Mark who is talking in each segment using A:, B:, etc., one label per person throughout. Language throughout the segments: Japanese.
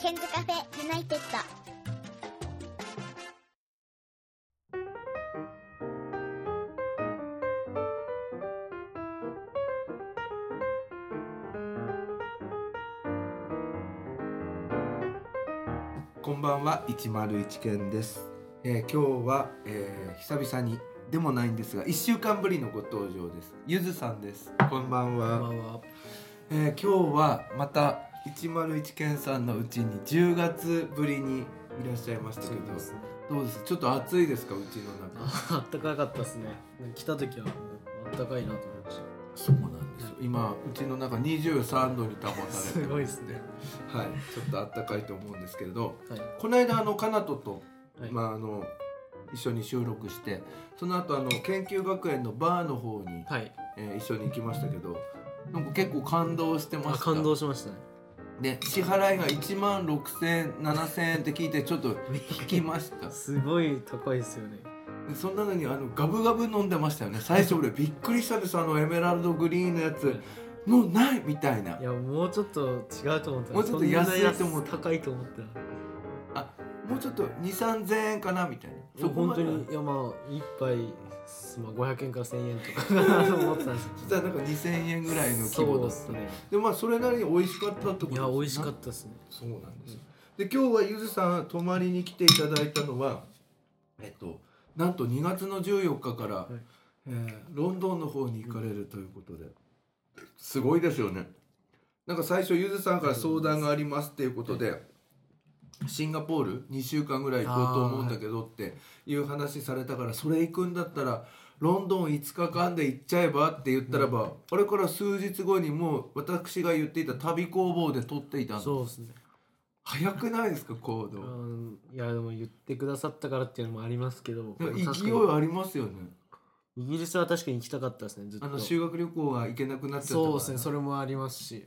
A: ケンズカフェユナイテッド。
B: こんばんは101件です、えー今日は、えー久々にでもないんですが1週間ぶりのご登場ですゆずさんですこんばん
C: こ
B: は
C: んばんは。
B: えー今日はまた101件さんのうちに10月ぶりにいらっしゃいましたけどどうですちょっと暑いですかうちの中
C: あったかかったですね。来た時はもうあったかいなと思いまし
B: そうなんですよ今うちの中23度に保たれてま
C: すごいですね
B: はいちょっと暖かいと思うんですけれど
C: た。はい。
B: この間あのカナトと
C: はい。
B: まああの一緒に収録してその後あの研究学園のバーの方に、
C: はい。
B: えー一緒に行きましたけどなんか結構感動してま
C: あ、
B: した
C: 感動しましたね。
B: で支払いが1万6千円7千円って聞いてちょっと引きました
C: すごい高いですよね。
B: でそんなのにあのガブガブ飲んでましたよね最初俺びっくりしたんですあのエメラルドグリーンのやつもうないみたいない
C: や、もうちょっと違うと思った。
B: もうちょっと安いと思った
C: そんな安高いと思った。
B: もうちょっと2 3千円かなみたいな
C: そう、本当
B: まで
C: に、いや、まあ、一杯、まあ、五百円から千円とかかなと思ってたんです
B: そしたらなんか2千円ぐらいの規模だった
C: そうっすね。
B: でもまあそれなりに美味しかったってこと
C: い
B: です
C: や、
B: ね
C: 美味しかったですね。
B: そうなんですよ。で今日はゆずさん泊まりに来ていただいたのはえっとなんと2月の14日から、
C: い
B: えーロンドンの方に行かれるということで、すごいですよね。なんか最初ゆずさんから相談がありますっていうことで。シンガポール2週間ぐらい行こうと思うんだけどっていう話されたからそれ行くんだったらロンドン5日間で行っちゃえばって言ったらば、あれから数日後にもう私が言っていた旅工房で撮っていたんです
C: そうですね。
B: 早くないですか行
C: う
B: 動
C: ん、いや、でも、言ってくださったからっていうのもありますけど。
B: なんか
C: 確
B: 勢い
C: かに
B: ありますよね
C: イギリスは確かに行きたかったですね。ずっと。
B: あの修学旅行は行けなくなっちゃったから
C: そうですねそれもありますし、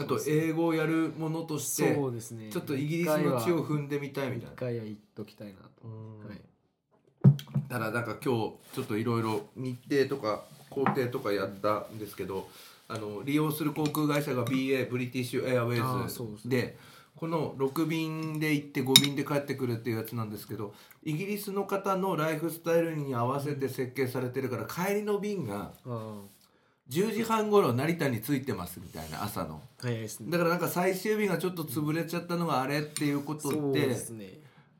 B: あと英語をやるものとして
C: そうですね
B: ちょっとイギリスの地を踏んでみたいみたい
C: 一
B: な
C: 回は行っときたいなと、
B: うん
C: はい、
B: ただなんか今日ちょっといろいろ日程とか工程とかやったんですけどあの利用する航空会社が BA ブリティッシュエアウェ
C: あ
B: イ
C: ー
B: ズ
C: そうです
B: でこの6便で行って5便で帰ってくるっていうやつなんですけどイギリスの方のライフスタイルに合わせて設計されてるから帰りの便が
C: あ
B: 10時半頃成田に着いてますみたいな朝の
C: あ早いですね
B: だからなんか最終日がちょっと潰れちゃったのがあれっていうこと
C: そう
B: で
C: ですね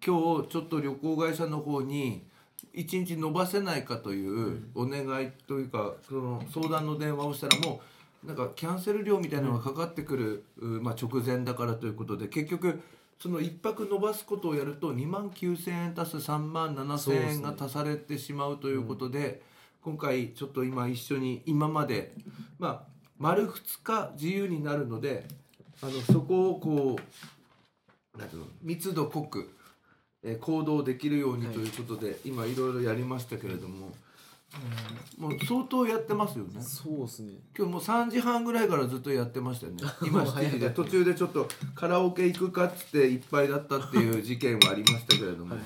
B: 今日ちょっと旅行会社の方に1日延ばせないかというお願いというかその相談の電話をしたらもうなんかキャンセル料みたいなのがかかってくる、うまあ、直前だからということで結局その1泊延ばすことをやると2万9,000円足す3万7,000円が足されてしまうということで今回ちょっと今一緒に今まで、まあ、丸2日自由になるのであのそこをこうなんていうの密度濃く、えー行動できるように
C: はい
B: ということで、今いろいろやりましたけれども、もう相当やってますよね。
C: そうですね
B: 今日もう3時半ぐらいからずっとやってましたよ ね今
C: もう早
B: 7時
C: かっ
B: で
C: た
B: 途中でちょっとカラオケ行くかっつっていっぱいだったっていう事件はありましたけれども、
C: はい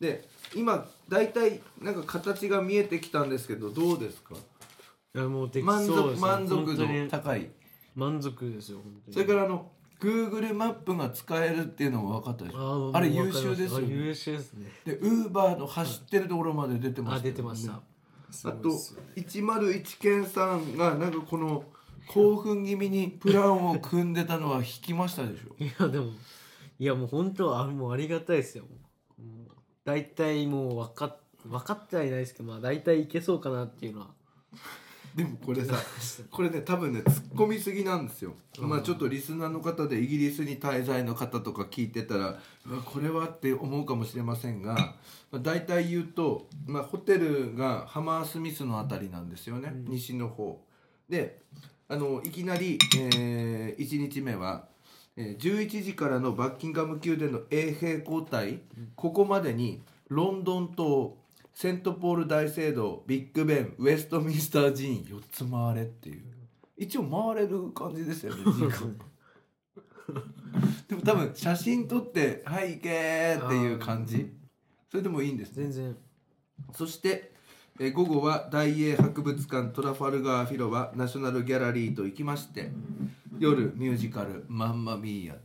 B: で今大体なんか形が見えてきたんですけどどうですか
C: いやもうでき
B: 満
C: そう
B: 足
C: ですね
B: 満足
C: 本当
B: 度
C: に
B: 高い
C: 満足ですよ本当に
B: それからあの Google マップが使えるっていうのが分かったでし
C: あ
B: ょ
C: ー
B: あれ
C: もう
B: 優秀ですよ
C: わかりま
B: ね
C: したあ優秀ですね
B: で Uber の走ってるところまで出てましたよ
C: あ
B: ね、
C: 出てましたす
B: あ
C: ご
B: と
C: いっすよね
B: 101健さんがなんかこの興奮気味にプランを組んでたのは引きましたでしょ
C: いやでもいやもう本当はあもうありがたいですよもう大体もう分かっ分かってはいないですけどまあ大体いけそうかなっていうのは
B: でもこれ さこれね多分ね突っ込みすぎなんですよ、まあちょっとリスナーの方でイギリスに滞在の方とか聞いてたらうわこれはって思うかもしれませんが、まあ、大体言うと、まあ、ホテルがハマースミスのあたりなんですよね、西の方であのいきなり、え1日目は、えー11時からのバッキンガム宮殿の衛兵交代、ここまでにロンドン島セントポール大聖堂ビッグベンウェストミンスター寺院4つ回れっていう一応回れる感じですよ ね時間でも多分写真撮って「はい行け!」っていう感
C: あ
B: じ
C: ー
B: それでもいいんですね
C: 全然
B: そして、えー午後は大英博物館トラファルガー広場ナショナルギャラリーと行きまして夜ミュージカル「マンマミーヤ」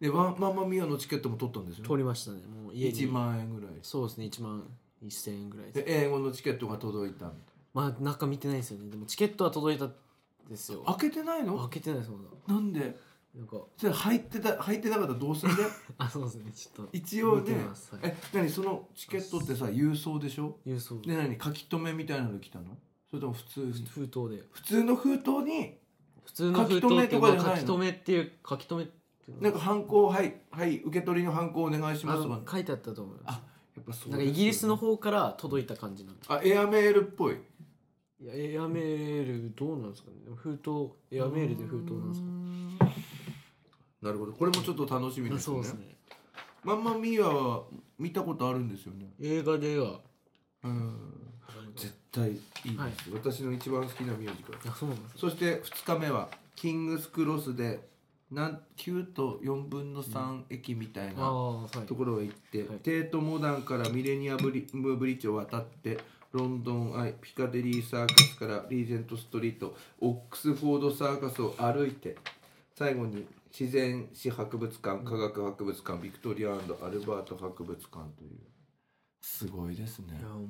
B: でワンマンマミアのチケットも取ったんですよ
C: 通りましたねもう家に
B: 1万円ぐらい
C: そうですね1万1000円ぐらいです
B: で英語のチケットが届いたみ
C: まあ中見てないんですよねでもチケットは届いたんですよ
B: たいな開けてない
C: 開
B: の
C: けてないですまだ
B: なんで
C: なんか
B: それ入ってた入ってなかったらどうするね
C: あそうですねちょっと
B: 一応
C: 見て
B: ね
C: ますはい
B: え何そのチケットってさ郵送でしょ
C: 郵送
B: で何書き留めみたいなの来たのそれとも普通に
C: 封筒で
B: 普通の封筒に
C: 普通の封
B: 書き
C: 筒
B: 留
C: っ
B: め
C: て
B: と
C: ま
B: かじゃないの
C: あ書き留めっていう書き留めっていうの
B: なんか犯行はいはい受け取りの犯行お願いし
C: あ
B: ますわ
C: の書いてあったと思います
B: あやっぱそう
C: なん
B: ですよね
C: かイギリスの方から届いた感じなんで
B: あエアメールっぽい
C: いやエアメールどうなんですかね封筒エアメールで封筒なんですか
B: かなるほどこれもちょっと楽しみ
C: あ
B: です
C: そう
B: ね
C: ですね
B: マンマミーアは見たことあるんですよね
C: 映画では
B: うん絶対いいです、
C: はい
B: 私の一番好きなミュージカル
C: あそうなんですね
B: そして2日目はキングスクロスでなん9と4分の3駅みたい
C: あ
B: な
C: あはい
B: ところへ行って、
C: はい
B: テートモダンからミレニアムブリムブリッジを渡ってロンドンアイピカデリーサーカスからリーゼントストリートオックスフォードサーカスを歩いて最後に自然史博物館科学博物館ビクトリアアルバート博物館というすごいですね
C: いやもう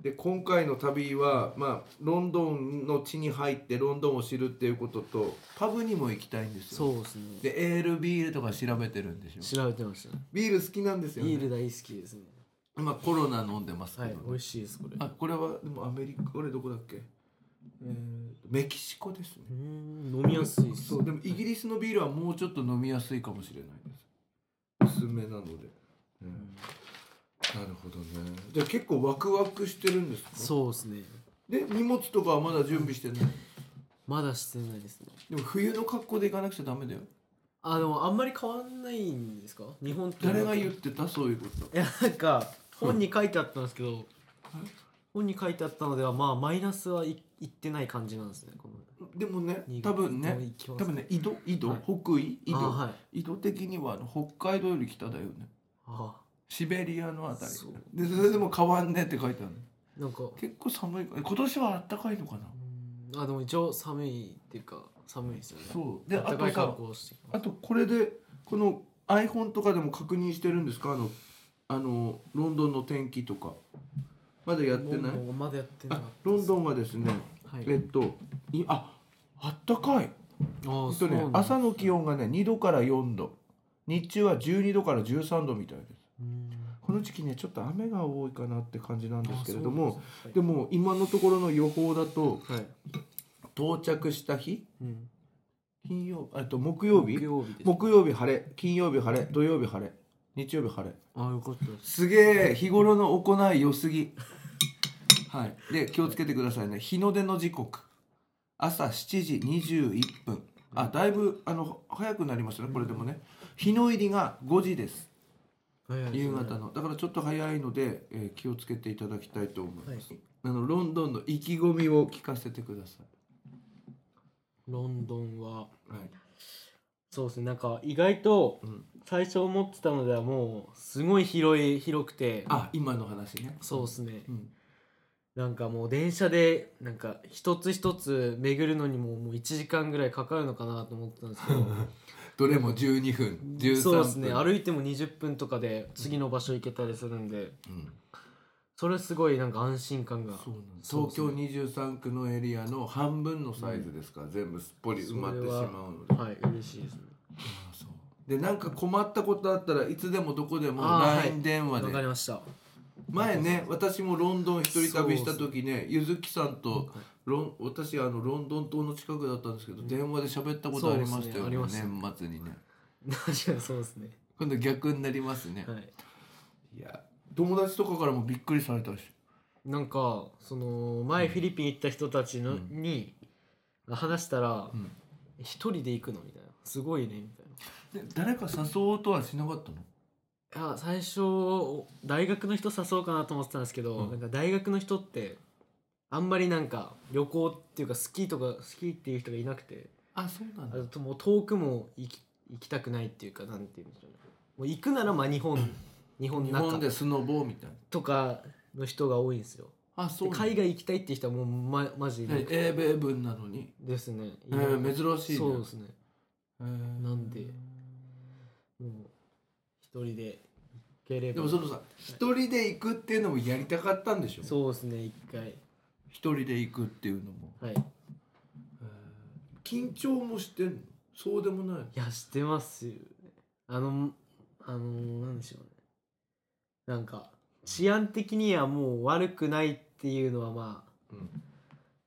B: で今回の旅は、まあ、ロンドンの地に入ってロンドンを知るっていうこととパブにも行きたいんですよ
C: そうですね
B: でエールビールとか調べてるんでしょ
C: 調べてましたね
B: ビール好きなんですよね
C: ビール大好きですね
B: まあコロナ飲んでますけ
C: は
B: ど、
C: い
B: ね
C: 美味しいですこれ
B: あこれはでもアメリカこれどこだっけ、えーメキシコですね
C: うーん飲みやすいです
B: そうでもイギリスのビールはもうちょっと飲みやすいかもしれないです薄めなので、うんなるほどねじゃあ結構ワクワクしてるんですか
C: そうですね
B: で荷物とかはまだ準備してない
C: まだしてないですね
B: でも冬の格好で行かなくちゃダメだよ
C: あでもあんまり変わんないんですか日本と
B: 誰が言
C: う
B: ってたそういうこと
C: いやなんか本に書いてあったんですけど本に書いてあったのではまあマイナスはい、いってない感じなんですねこの
B: でもね
C: 新
B: 多
C: 潟
B: 分ね
C: でも行きます
B: 多分ね井戸井戸、
C: はい
B: 北緯井戸、
C: あはい
B: 井戸的にはあの北海道より北だよね
C: あ
B: シベリアのあたり
C: そう
B: でそれでも変わんねって書いてあるの
C: なんか
B: 結構寒いえ今年は暖かいのかな
C: うんあでも一応寒いっていうか寒いですよね
B: そうであ
C: 暖か
B: と
C: い
B: さ
C: 格好をしてきま
B: あ
C: す
B: とこれでこの iPhone とかでも確認してるんですかあのあのロンドンの天気とかまだやってない
C: もうまだやってない
B: あロンドンはですね、
C: はい
B: えっといあ暖かい
C: あ
B: え
C: あ
B: っとね朝の気温がね2度から4度日中は12度から13度みたいです
C: 温
B: この時期ねちょっと雨が多いかなって感じなんですけれども
C: はい
B: でも今のところの予報だと
C: はい、
B: 到着した日
C: うん、
B: 金曜えっと木曜日
C: 木曜日です
B: 木曜日晴れ金曜日晴れ土曜日晴れ日曜日晴れ
C: あよかったです
B: すげえ日頃の行い良すぎはいで気をつけてくださいね日の出の時刻朝7時21分あだいぶあの早くなりましたねこれでもね日の入りが5時です夕方のだからちょっと早いので、えー気をつけていただきたいと思います、
C: は
B: あのロンドンの意気込みを聞かせてくださ、
C: ロンドンはい
B: はい、
C: そうですねなんか意外と
B: うん
C: 最初思ってたのではもうすごい広い広くて
B: あ今の話ね
C: そうですね
B: うん
C: なんかもう電車でなんか一つ一つ巡るのにももう1時間ぐらいかかるのかなと思ってたんですけど
B: どれも12分13分
C: そうですね歩いても20分とかで次の場所行けたりするんで、
B: うん
C: それすごいなんか安心感が
B: そうなんです
C: そう
B: 東
C: です
B: 京
C: ね
B: 23区のエリアの半分のサイズですから、全部すっぽり埋まってしまうので
C: はい嬉しいですね
B: あそうでなんか困ったことあったらいつでもどこでも
C: あー
B: LINE 電話
C: わ
B: で、
C: かりました
B: 前ね私もロンドン一人旅した
C: そう
B: 時ねゆずきさんとロン私あのロンドン島の近くだったんですけど、電話で喋ったことありましたよ、ね
C: そうですねあり
B: 年末にね
C: 確かにそうですね
B: 今度逆になりますね、
C: はい
B: い、や友達とかからもびっくりされたし
C: なんかその前フィリピン行った人たちの、に話したら
B: ん
C: 「一、人で行くの?」みたいな「すごいね」みたい
B: で
C: な
B: 誰か誘おうとはしなかったの
C: いや最初大学の人誘おうかなと思ってたんですけど、
B: うん
C: なんか大学の人ってあんまりなんか旅行っていうかスキーとかスキーっていう人がいなくて
B: あそうなん
C: あともう遠くも行き行きたくないっていうかなんて言うんでしょうねもう行くならまあ日本日本
B: 日
C: の
B: 本
C: 中
B: でスノボーみたいな
C: とかの人が多いんですよ
B: あそう
C: で
B: なんだ
C: 海外行きたいっていう人はもうまマジ
B: ね
C: で
B: 英米文なのに、
C: ですね、
B: えー珍しいね
C: そうですね
B: えー
C: なんでもう一人で行ければ
B: でもそのさ一人で行くっていうのもやりたかったんでしょ
C: そうですね一回
B: 一人で行くっていうのも
C: はい
B: 緊張もしてんのそうでもない
C: いやしてますよねあのあのなんでしょうねなんか治安的にはもう悪くないっていうのはまあ
B: うん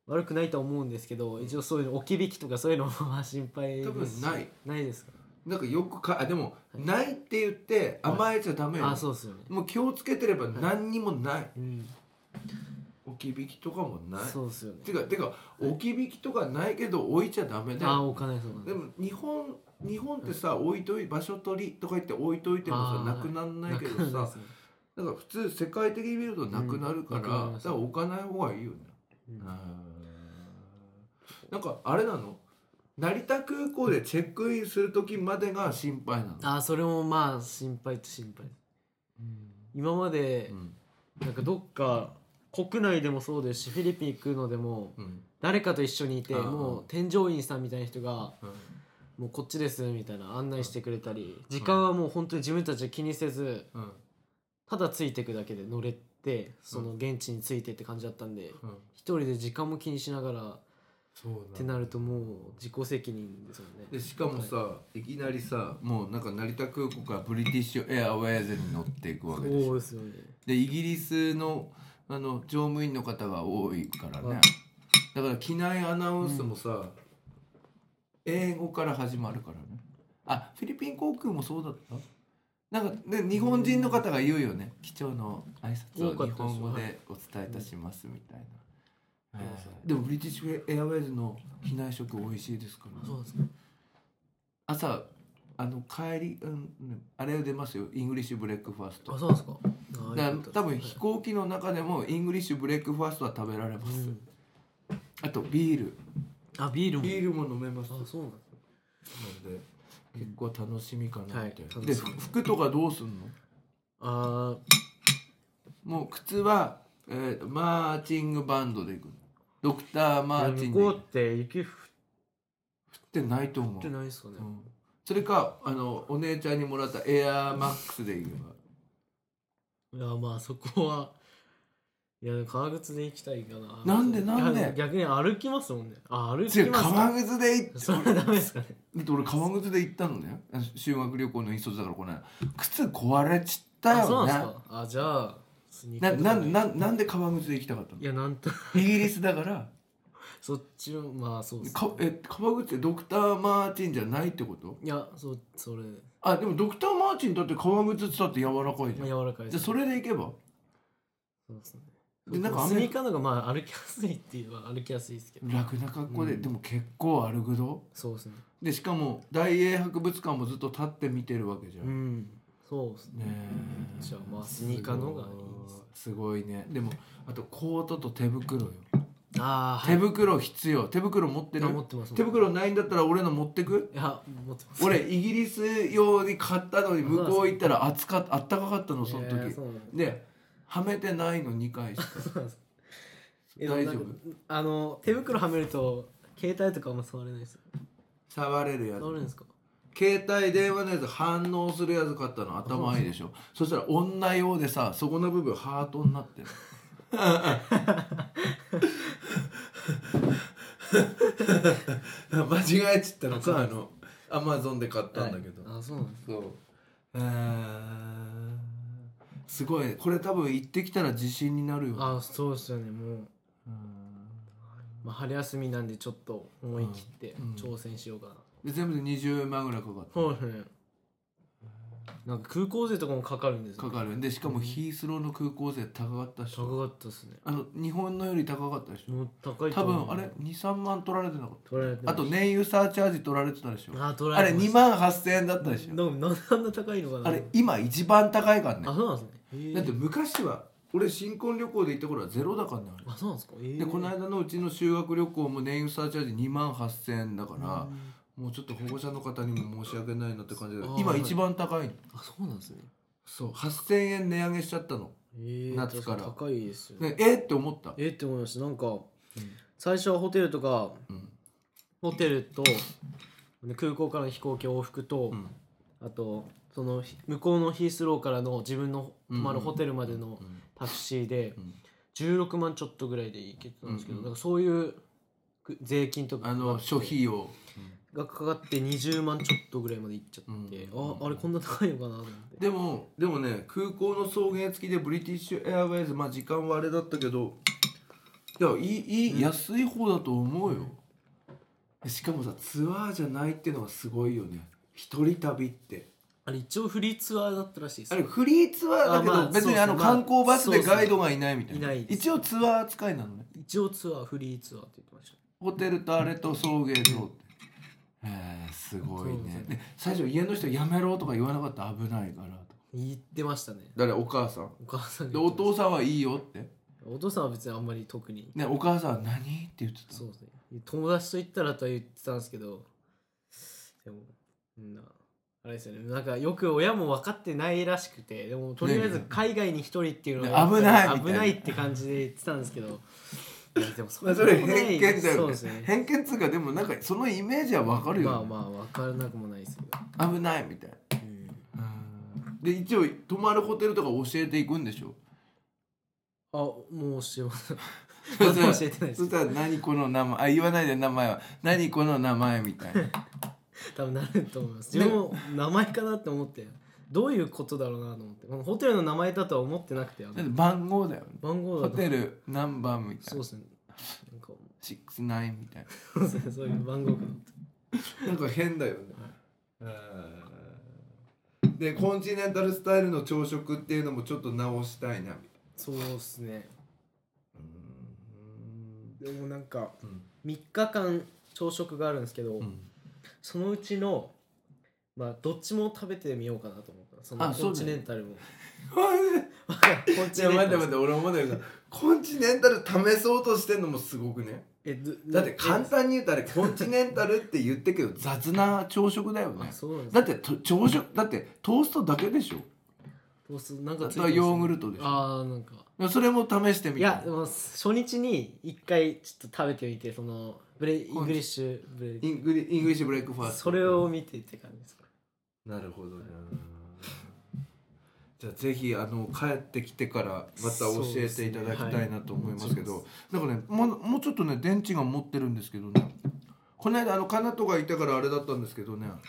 C: 悪くないとは思うんですけど一応そういうの置き引きとかそういうのもまあ心配です
B: 多分ない
C: ないですか、
B: なんかよくかあでも、
C: はい
B: ないって言って甘えちゃダメよ、
C: あそうですよね
B: もう気をつけてれば何にもない、
C: うん
B: 置き引きとかもない
C: そうですよね
B: てかてか置き引きとかないけど置いちゃダメだ
C: あ
B: よ
C: お金そう
B: で
C: で
B: も日本日本ってさ、置いとい場所取りとか言って置いといてもさ
C: あー
B: なくなんないけど
C: な
B: さ
C: くはないですね
B: だから普通世界的に見るとなくなるから、
C: うんなくなりま
B: だ
C: す
B: から置かない方がいいよね、
C: うん
B: なんかあれなの成田空港でチェックインする時までが心配なの
C: あそれもまあ心配っちゃ心配です今まで
B: うん
C: なんかどっか国内でもそうですしフィリピン行くのでも
B: うん
C: 誰かと一緒にいて
B: あー
C: もう添乗員さんみたいな人が
B: うん
C: 「もうこっちです」みたいな案内してくれたり時間はもう本当に自分たちで気にせず
B: うん
C: ただついていくだけで乗れてその現地に着いてって感じだったんで
B: うん
C: 一人で時間も気にしながらっ
B: そうなんだ
C: てなるともう自己責任ですよね
B: でしかもさ、い、きなりさもうなんか成田空港からブリティッシュエアウェイズに乗っていくわ
C: そ
B: けでしょ
C: うですよね
B: でイギリスのあの乗務員の方が多いから
C: は
B: ね
C: い
B: だから機内アナウンスもさ、英語から始まるからねあフィリピン航空もそうだったなんかね日本人の方が言うよね機長の挨拶
C: 多か
B: を
C: っ
B: 日
C: たです
B: 本語
C: は
B: でお伝えいたしますみたいな、
C: うん
B: えーでもブリティッシュエアウェイズの機内食美味しいですから、
C: そうですね
B: 朝あの帰り、うん、うんあれ出ますよイングリッシュブレックファースト
C: あそうですかあー
B: だ
C: よ
B: か
C: かったです
B: ら多分飛行機の中でもイングリッシュブレックファーストは食べられま
C: う
B: す、
C: ん
B: あとビール
C: あビールも
B: ビールも飲めますなん
C: あそうなんです
B: で結構楽しみかなって、
C: はい
B: で
C: 楽しみ
B: 服とかどうすんの
C: あー
B: もう靴は、えーマーチングバンドで行くのドクターマーチン
C: 向
B: で行
C: こう
B: く
C: って雪降っ
B: ってないと思う、
C: てないですかね、
B: うんそれかあのお姉ちゃんにもらったエアーマックスで行けば
C: いやまあそこはいや革靴で行きたいかな
B: なんでなんで
C: いや逆に歩きますもんねあ歩
B: 違
C: き
B: う
C: ます
B: 革
C: か
B: 靴で行って
C: それはダメですかね
B: だって俺革靴で行ったのね修学旅行の引率だからこの間靴壊れちった
C: あそ
B: よ
C: う
B: ね
C: なんですかあじゃあスニーカ
B: な
C: ーと
B: な
C: かで
B: んななんで革靴で行きたかった
C: いやなんと
B: のイギリスだから
C: そっちのまあそうですね
B: かえ革靴ってドクター・マーチンじゃないってこと
C: いやそそれ、
B: あでもドクター・マーチンだって革靴ってだって柔らかいじ
C: ま
B: ゃん
C: あ、柔らかいで
B: じゃあ
C: す
B: それで行けば
C: そうですね
B: でなんか
C: ス
B: 雨
C: ニーカーの方がまあ歩きやすいって言えば歩きやすいですけど
B: 楽な格好で、
C: うん
B: でも結構歩くぞ
C: そうですね
B: でしかも大英博物館もずっと立って見てるわけじゃん、
C: う
B: ね
C: んそうですね
B: え
C: じゃあまあスニーカーの方がいいです
B: すごいねでもあとコートと手袋よ
C: ああ
B: 手袋必要手袋持ってる
C: 持ってます
B: 手袋ないんだったら俺の持ってく
C: いや持ってます
B: 俺イギリス用に買ったのに向こう行ったら暑かっあったかかったのその時、
C: えーそうなんだ
B: ではめてないの2回しか
C: え
B: 大丈
C: で
B: 夫
C: もなんかあの手袋はめると携帯とかあんま触れないです
B: 触れるやつ
C: 触れるんですか
B: 携帯電話のやつ反応するやつ買ったの頭いいでしょそしたら女用でさそこの部分ハートになってる 間違えちったのかあのアマゾンで買ったんだけど、
C: はいあそうなんです
B: そうえーすごいねこれ多分行ってきたら自信になるよ
C: あそうですよねもう、
B: うん
C: まあ、春休みなんでちょっと思い切って
B: うんうん
C: 挑戦しようかな、
B: で全部で20万ぐらいかかった
C: そうですねなんか空港税とかもかかるんです
B: かかるんでしかもヒースローの空港税高かったでしょ
C: 高かったですね
B: あの日本のより高かったでしょ
C: もう高いと
B: 多
C: 思う
B: 分あれ23万取られてなかっ
C: 取られて
B: たあと燃油サーチャージ取られてたでしょ
C: あ取
B: あ
C: られ
B: れ
C: てまし
B: 2万8000円だったでしょ
C: なんなんであんな高いのかな
B: あれ今一番高いからね
C: あそうなんですねへえ
B: だって昔は俺新婚旅行で行った頃はゼロだからねあ
C: あそうなんですかええ
B: れでこの間のうちの修学旅行も燃油サーチャージ2万8000円だからもうちょっと保護者の方にも申し訳ないなって感じだけど
C: あー
B: 今一番高いの
C: あそうなんですね
B: そう8000円値上げしちゃったの
C: ええ
B: 夏から
C: 高いですよね
B: ねえって思った
C: えって思いましたなんか、最初はホテルとか
B: うん
C: ホテルとで空港からの飛行機往復と、
B: うん
C: あとそのひ向こうのヒースローからの自分の泊まる
B: うん
C: ホテルまでの
B: うん
C: タクシーで
B: うん
C: 16万ちょっとぐらいで行けてたんですけど、
B: うん
C: なんかそういうく税金とか
B: あの諸費用
C: がかかって20万ちょっとぐらいまで行っちゃって、
B: うん
C: ああれこんな高いのかなと思って
B: でもでもね空港の送迎付きでブリティッシュエアウェイズまあ時間はあれだったけどいやいいいい、安い方だと思うよしかもさツアーじゃないってのがすごいよね一人旅って
C: あれ一応フリーツアーだったらしいです
B: あれフリーツアーだけど、
C: あまあ
B: 別にあの
C: そうそうまあ
B: 観光バスでガイドがいないみたい
C: い
B: な
C: ないです
B: 一応ツアー扱いなのね
C: 一応ツアーフリーツアーって言ってました
B: ホテルとあれと送迎とってえー、すごい
C: そうです
B: ね
C: ね
B: で最初家の人やめろとか言わなかったら危ないからと
C: 言ってましたね
B: 誰お母さん
C: お母さん
B: で
C: が言
B: お
C: ってま
B: 父
C: し
B: さんはいいよって
C: たお父さんは別にあんまり特に
B: ねお母さんは何って言ってた
C: そうですね友達と行ったらとは言ってたんですけどでもうんなあれですよねなんかよく親も分かってないらしくてでもとりあえず海外に一人っていうのが
B: ね危ないみたいな
C: 危ないって感じで言ってたんですけど いやでもそ
B: まあそれ偏見だ
C: そ
B: よ
C: う
B: ね
C: ですね
B: 偏見っつうかでもなんかそのイメージはわかるよ、ね
C: まあまあ分からなくもないですけど、
B: 危ないみたいなで一応泊まるホテルとか教えていくんで しょ
C: あも うしてますまだ 教えてないで
B: そ
C: す
B: したら何この名前あ言わないで名前は何この名前みたいな
C: 多分なると思います自分も名前かなって思ってどういうことだろうなと思ってこのホテルの名前だとは思ってなくてあの
B: だって番号だよね
C: 番号だ
B: ホ
C: と
B: テル何番みた
C: そ
B: いうな
C: ですねなんか
B: 69みたい
C: そうですねそういう番号かなと
B: ななんか変だよねでコンチネンタルスタイルの朝食っていうのもちょっと直したいなみ
C: そうですねでもなんか
B: たいな
C: 3日間朝食があるんですけど、そのうちのまあどっちも食べてみようかなと思ったそ
B: あ
C: の
B: そうだよ
C: コンチネンタルも コン
B: い
C: チネ
B: や
C: ン
B: 待
C: タ
B: って
C: ル
B: 待って俺思うんだけどコンチネンタル試そうとしてんのもすごくね
C: えど
B: だって簡
C: え
B: 単に言うたらコンチネンタルって言ってけど雑な朝食だよね
C: あそうなんです
B: だってと朝食だってトーストだけでしょ
C: どうすなん
B: あ
C: か
B: とはヨーグルトでしょ
C: ああなんか
B: それも試してみて
C: いやでも初日に一回ちょっと食べてみてそのブレイン
B: コンチ
C: グリッシュブレイ
B: イングリイングリッシュブレックファースト
C: それを見てって感じですか
B: なるほどねじゃあぜひあの帰ってきてからまた教えていただきたいなと思いますけど
C: そう
B: なんかねもうもうちょっとね電池が持ってるんですけどねこの間あのカナトがいたからあれだったんですけどね
C: はい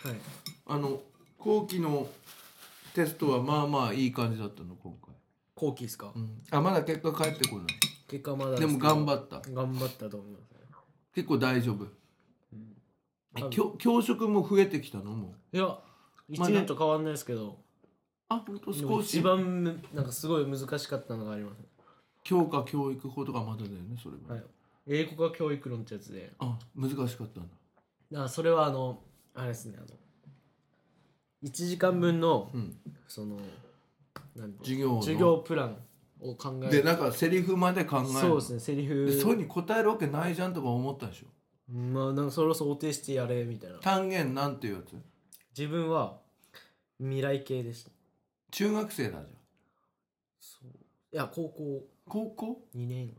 B: あの後期のテストはまあまあいい感じだったの今回、
C: 後期ですか、
B: あまだ結果返ってこない
C: 結果まだ
B: でも頑張った
C: 頑張ったと思います、ね
B: 結構大丈夫え教教職も増えてきたのもう
C: いや
B: まあ
C: 1年と変わんないですけど、
B: あ本当
C: でも
B: 少
C: 一
B: し
C: 番むなんかすごい難しかったのがあります、
B: 教科教育法とかまだだよねそれも、
C: はい、英語が教育論ってやつで
B: あ難しかったんだ
C: だからそれはあのあれですねあの1時間分の、
B: うん
C: そのなん
B: 授業の
C: 授業プランを考え
B: でなんかセリフまで考える
C: そうですねセリ
B: でそれ
C: フ
B: に答えるわけないじゃんとか思ったでしょ
C: まあなんかそれを想定してやれみたいな
B: 単元なんていうやつ
C: 自分は未来系でした
B: 中学生だじゃん
C: そういや高校
B: 高校
C: 2年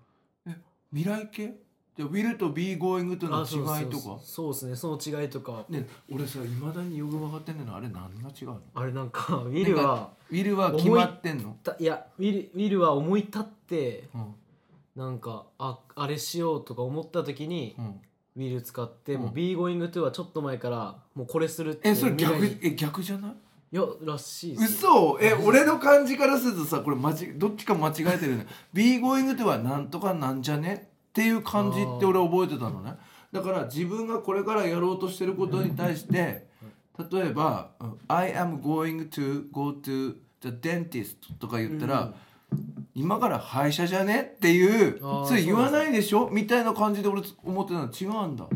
B: 未来系じゃあ Will と Be Going との
C: あそう
B: 違い
C: そ
B: と
C: う
B: か
C: そうですねその違いとか
B: ね俺さいまだによく分かってんねんのあれ何が違うの
C: あれなんかウィルは
B: ウィルは決まってんの
C: たいやウィルウィルは思い立って
B: うん
C: なんかああれしようとか思った時に
B: うん
C: ウィル使って、もううん B ゴイング2はちょっと前からもうこれするって
B: えそれ逆
C: 未来にい
B: え逆じゃない
C: やらしいですよ
B: 嘘え俺の感じからするとさこれ間違どっちか間違えてるね B ゴーイングではなんとかなんじゃねっていう感じって俺覚えてたのねだから自分がこれからやろうとしてることに対して例えばうん「I am going to go to the dentist」とか言ったら、今から歯医者じゃねっていう
C: あー
B: それ言わないでしょみたいな感じで俺思ってたの違うんだ、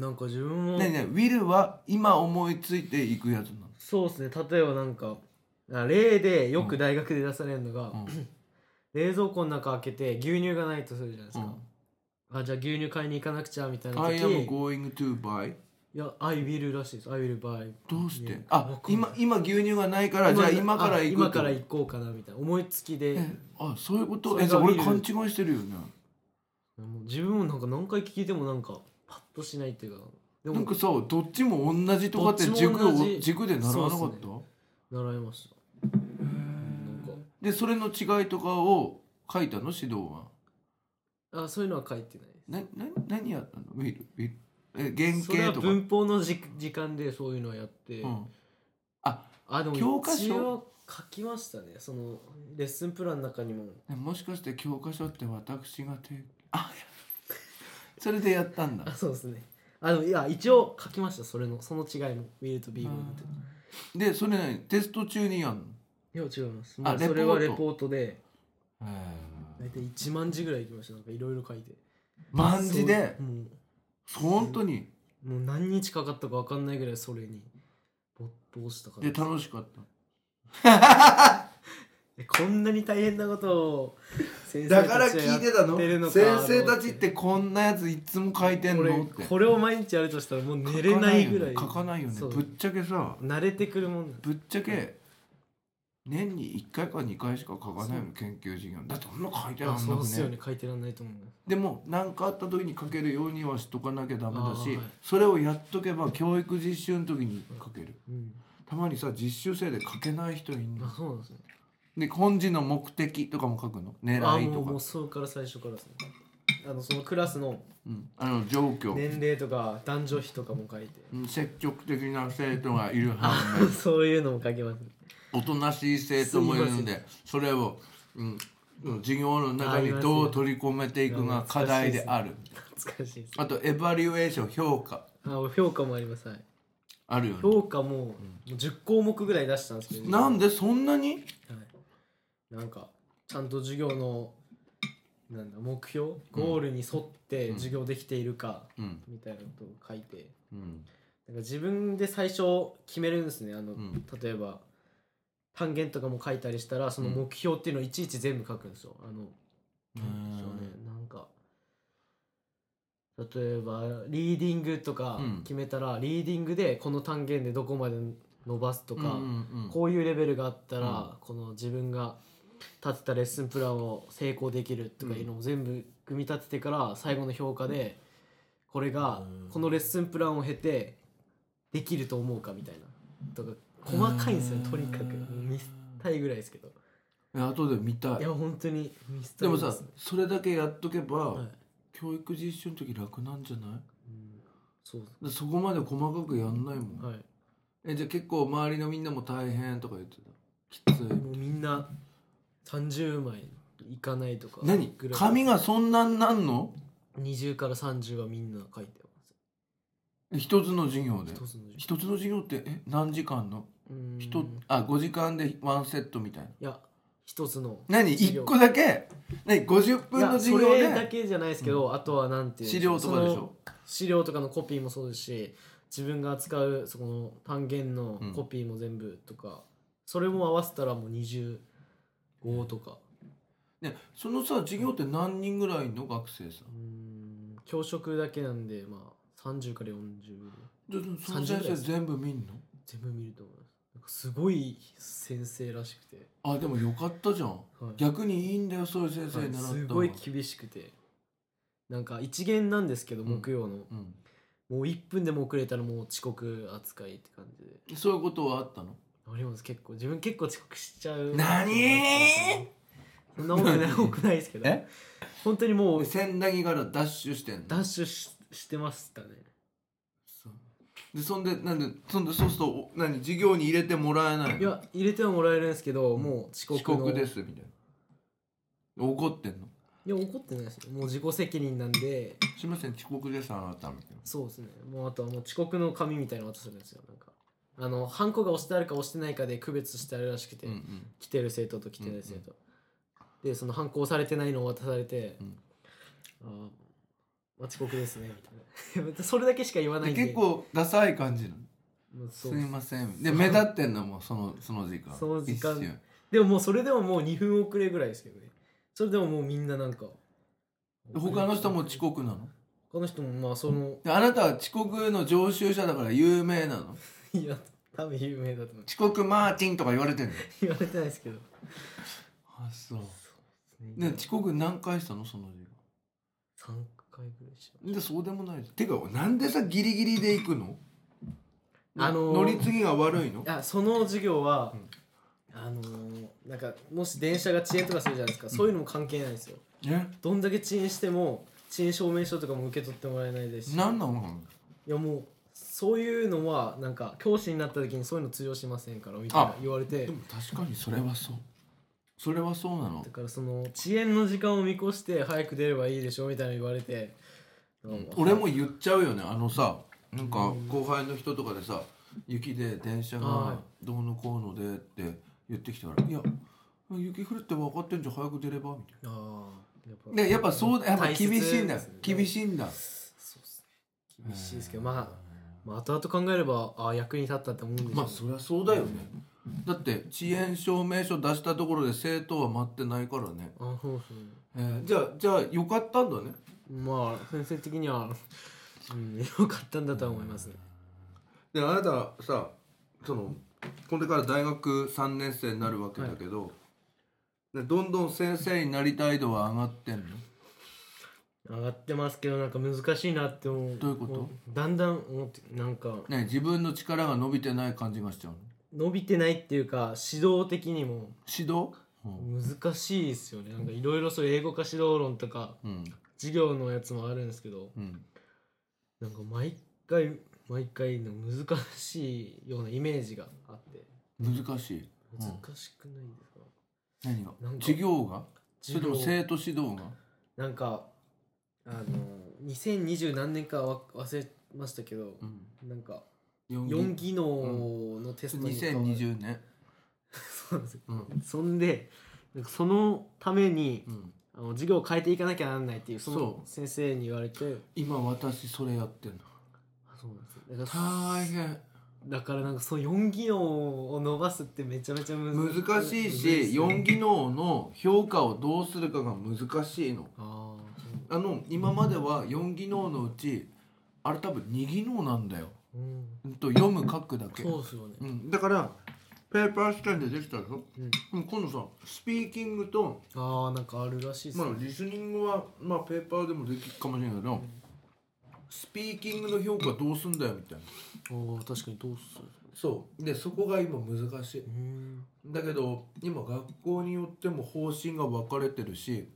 C: なんか自分も
B: ねえねえウィルは今思いついていくやつなの
C: そうですね例えばなんかあ例でよく大学で出されるのが、
B: ん
C: 冷蔵庫の中開けて牛乳がないとするじゃないですか、あじゃあ牛乳買いに行かなくちゃみたいな
B: I
C: 時
B: am going to buy
C: いや、I will らしいです。I will buy.
B: どうして
C: ね
B: あ今今牛乳がないからじゃあ今から行く
C: あ今から
B: 行
C: 行こうかなみたいな思いつきで、
B: あそういうこと
C: そ
B: え
C: れ
B: じゃ
C: が
B: あ
C: 見
B: 俺
C: る
B: 勘違いしてるよね
C: もう自分もなんか何回聞いてもなんかパッとしないっていうか、で
B: なん
C: も
B: かさどっちも同じとかって
C: どっち
B: 軸
C: も同
B: を
C: じ
B: 軸で習わなか
C: そ
B: っ
C: うっす
B: た
C: 習いました
B: でそれの違いとかを書いたの指導は
C: あそういうのは書いてないです
B: なな何やったのウィルウィルえ原
C: それは
B: 型とか、
C: 文法のじ時間でそういうのをやって、
B: うん、
C: あでも
B: 教科書
C: 一応書きましたねそのレッスンプランの中にも
B: ねもしかして教科書って私が提あいやそれでやったんだ
C: あそうですねあのいや一応書きましたそれのその違いもウィルとビームのと
B: でそれ何テスト中にやんの
C: いや違います
B: あ
C: もう
B: レポート
C: それはレポートで大体1万字ぐらいいきましたなんかいろいろ書いて
B: 万字で
C: そうも
B: 本当に
C: うもう何日かかったか分かんないぐらいそれに没頭したから
B: です楽しかった
C: えこんなに大変なことを先
B: だから聞いてたの先
C: やってるか
B: 生たちってこんなやついつも書いてん
C: これ
B: のって
C: これを毎日やるとしたらもう寝れないぐらい
B: 書かないよね
C: そう
B: ぶっちゃけさ
C: 慣れてくるもんなん
B: ぶっちゃけ年に1回か2回しか書かないの研究授業だってそんな書いてらん
C: あ
B: な
C: そうっ
B: く
C: すよ
B: ね
C: ね書いてらんないと思う
B: でも何かあった時に書けるようにはしとかなきゃダメだし、
C: あーはい
B: それをやっとけば教育実習の時に書ける
C: うん
B: たまにさ実習生で書けない人いんの
C: あそうなんですね
B: で本字の目的とかも書くの狙
C: あ
B: い
C: も
B: と
C: うも
B: か
C: うそうから最初からですねあのそのクラスの
B: うん、あの状況、
C: 年齢とか男女比とかも書いて
B: うん積極的な生徒がいる反
C: あそういうのも書きます
B: 面おとなしい生徒もいる
C: す
B: ん
C: いま
B: でそれを、うん、うん授業の中にどう取り込めていく
C: あ
B: が
C: りますね
B: 課題である
C: 懐かしいです
B: あとエバリュエーション評価
C: あ評価もありますはい
B: あるよね
C: 評価ももう10項目ぐらい出したんですけど
B: なんでそんなに
C: はい、なんかちゃんと授業のなんだ目標ゴールに沿って授業できているか、
B: うん
C: みたいなことを書いて
B: うん
C: なんか自分で最初決めるんですねあの、
B: ん
C: 例えば単元とかも書いたりしたらその目標っていうのをいちいち全部書くんですよ。あのなんでしょうねなんか例えばリーディングとか
B: うん
C: 決めたら、リーディングでこの単元でどこまで伸ばすとか、
B: うんうんうん
C: こういうレベルがあったら、
B: うん
C: この自分が立てたレッスンプランを成功できるとかいうのを全部組み立ててから最後の評価でこれがこのレッスンプランを経てできると思うかみたいなとか細かいんですよとにかくミスったいぐらいですけど
B: え後で見た
C: い
B: い
C: や本当にミスった
B: で
C: い
B: も
C: す
B: さそれだけやっとけば、
C: はい
B: 教育実習の時楽なんじゃな
C: うんそうです
B: いでそこまで細かくやんないもん、
C: はい
B: えじゃあ結構周りのみんなも大変とか言ってたきつい
C: もうみんな30枚いかないとか
B: 何
C: ぐらい
B: 紙がそんなんなんの
C: 20から30はみんな書いてます
B: 一つの授業で
C: 一つの字
B: 一つの授業ってえ何時間の
C: うん
B: 一、あ5時間でワンセットみたいない
C: や一つの
B: 何
C: 資
B: 一
C: 料
B: 個だけ何50分の授業
C: いやそれだ
B: で
C: けじゃないですけど、あとはなんていう
B: 資料とかでし
C: その
B: ょ
C: 資料とかのコピーもそうですし自分が扱うそこの単元の
B: うん
C: コピーも全部とか、それも合わせたらもう25とか
B: ねそのさ授業って何人ぐらいの学生さ
C: うーん教職だけなんでまあ30から40
B: でその
C: 30ぐ
B: 先
C: らい
B: 生
C: です
B: 全部見んの
C: 全部見ると思いますなんかすごい先生らしくて、
B: あでもよかったじゃん
C: はい
B: 逆にいいんだよそういう先生に習ったのは
C: すごい厳しくてなんか一限なんですけど
B: うん
C: 木曜の、
B: うん
C: もう1分でも遅れたらもう遅刻扱いって感じで
B: そういうことはあったの
C: あります結構自分結構遅刻しちゃう
B: 何
C: そんな多くない多くないですけど
B: え
C: 本当にもう
B: 千駄木からダッシュしてんの
C: ダッシュししてましたね
B: そうでそんでなんでそんでそうするとお何授業に入れてもらえないの
C: いや入れてはもらえるんですけど、もう遅刻
B: 遅
C: の
B: 刻ですみたいな怒ってんの
C: いや怒ってないですよもう自己責任なんです
B: いません遅刻ですあなたみたいな
C: そうですねもうあとはもう遅刻の紙みたいなの渡すんですよなんかあのハンコが押してあるか押してないかで区別してあるらしくて、
B: うんうん
C: 来てる生徒と来てない生徒、でその反抗されてないのを渡されて「
B: うん
C: あーまあ遅刻ですね」みた いなそれだけしか言わない
B: で
C: んで
B: 結構ダサい感じなの
C: まあ
B: す
C: そう
B: いませんで目立ってんのもうそのその時間
C: その時間
B: 一瞬
C: でももうそれでももう2分遅れぐらいですけどねそれでももうみんななんか
B: 他の人も遅刻なの
C: 他の人もまあその
B: であなたは遅刻の常習者だから有名なの
C: いや多分有名だと思う
B: 遅刻マーティンとか言われてんの
C: 言われてないですけど
B: あそう
C: ね
B: ね遅刻何回したのその時
C: 3回ぐらいしま
B: 間でそうでもないじゃんてかなんでさギリギリで行くの
C: あのー
B: 乗り継ぎが悪いの
C: あその授業は、あのーなんかもし電車が遅延とかするじゃないですか、そういうのも関係ないんですよ
B: ね
C: どんだけ遅延しても遅延証明書とかも受け取ってもらえないですし
B: 何なの
C: いやもうそういうのはなんか教師になった時にそういうの通用しませんからみたいな
B: あ
C: 言われて
B: でも確かにそれはそうそれはそうなの
C: だからその遅延の時間を見越して早く出ればいいでしょみたいな言われて、
B: 俺も言っちゃうよねあのさなんか後輩の人とかでさ雪で電車
C: は
B: がどうのこうのでって言ってきたから「いや雪降るって分かってんじゃん早く出れば」みたい
C: ああやっぱ
B: な。ねやっぱそうやっぱ
C: 大切
B: 厳しいんだ、
C: ですね
B: 厳しいんだ。
C: そうっすね厳しいですけどまあまあ後々考えればああ役に立ったって思うんでしょうね
B: まあそりゃそうだよね。だって遅延証明書出したところで生徒は待ってないからね。
C: あそうそ
B: えーじゃあじゃあよかったんだね。
C: うまあ先生的には、うん、よかったんだとは思いますね
B: であなたさそのこれから大学3年生になるわけだけど、でどんどん先生になりたい度は上がってんの
C: 上がってますけどなんか難しいなって思う
B: どういうこと
C: もだんだん思ってなんか
B: ね自分の力が伸びてない感じがしちゃうの
C: 伸びてないっていうか指導的にも
B: 指導、
C: 難しいですよねなんかいろいろそういう英語化指導論とか
B: うん
C: 授業のやつもあるんですけど
B: うん
C: なんか毎回毎回の難しいようなイメージがあって
B: 難しい、うん
C: 難しくないですか
B: 何が
C: なんか
B: 授業がそれ
C: 授
B: と
C: 業
B: も生徒指導が
C: なんかあの2020何年かわ忘れましたけど、
B: ん
C: なんか
B: 四技
C: 4技能のテストに変わる
B: 2020年
C: そうなんですよ
B: うん
C: そんでなんかそのために、
B: うん
C: あの授業を変えていかなきゃならないっていうそ
B: そ
C: の
B: う
C: 先生に言われて
B: 今私それやってんの
C: あそうなんですよだから
B: 大変
C: だからなんかその4技能を伸ばすってめちゃめちゃむず
B: 難しい
C: むずっ
B: し
C: すね
B: 4技能の評価をどうするかが難しいの
C: あーそう
B: あの今までは4技能のうちあれ多分2技能なんだよ、
C: うん
B: うん、と読む書くだけ、
C: そうですよね
B: うん、だからペーパースタンでできたでしょ、
C: うん
B: うん、今度さスピーキングと、
C: ああなんかあるらしいです
B: まあ
C: ね、、
B: リスニングは、まあ、ペーパーでもできるかもしれないけど、スピーキングの評価どうすんだよみたいな
C: おー確かにどうする
B: そうでそこが今難しい
C: うん
B: だけど今学校によっても方針が分かれてるし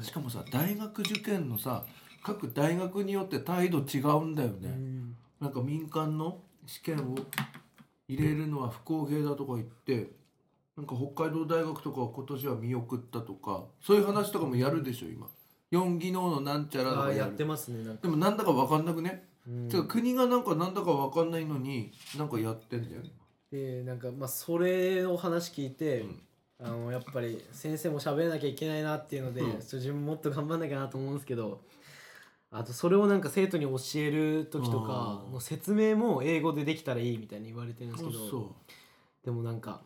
B: しかもさ大学受験のさ各大学によって態度違うんだよね、
C: うん
B: なんか民間の試験を入れるのは不公平だとか言ってなんか北海道大学とかは今年は見送ったとかそういう話とかもやるでしょ今4技能のなんちゃらと
C: あ
B: か
C: ー
B: や
C: やっ
B: る
C: てますねなんか
B: でもなんだか分かんなくね、
C: うん
B: てか国がなんかなんだか分かんないのになんかやってんだよね
C: でなんかまあそれを話聞いて、
B: うん
C: あのやっぱり先生も喋らなきゃいけないなっていうので、
B: うん
C: 自分もっと頑張んなきゃなと思うんですけどあとそれをなんか生徒に教える時とか
B: あー
C: の説明も英語でできたらいいみたいに言われてるんです
B: そ
C: け
B: う
C: ど
B: そ
C: でもなんか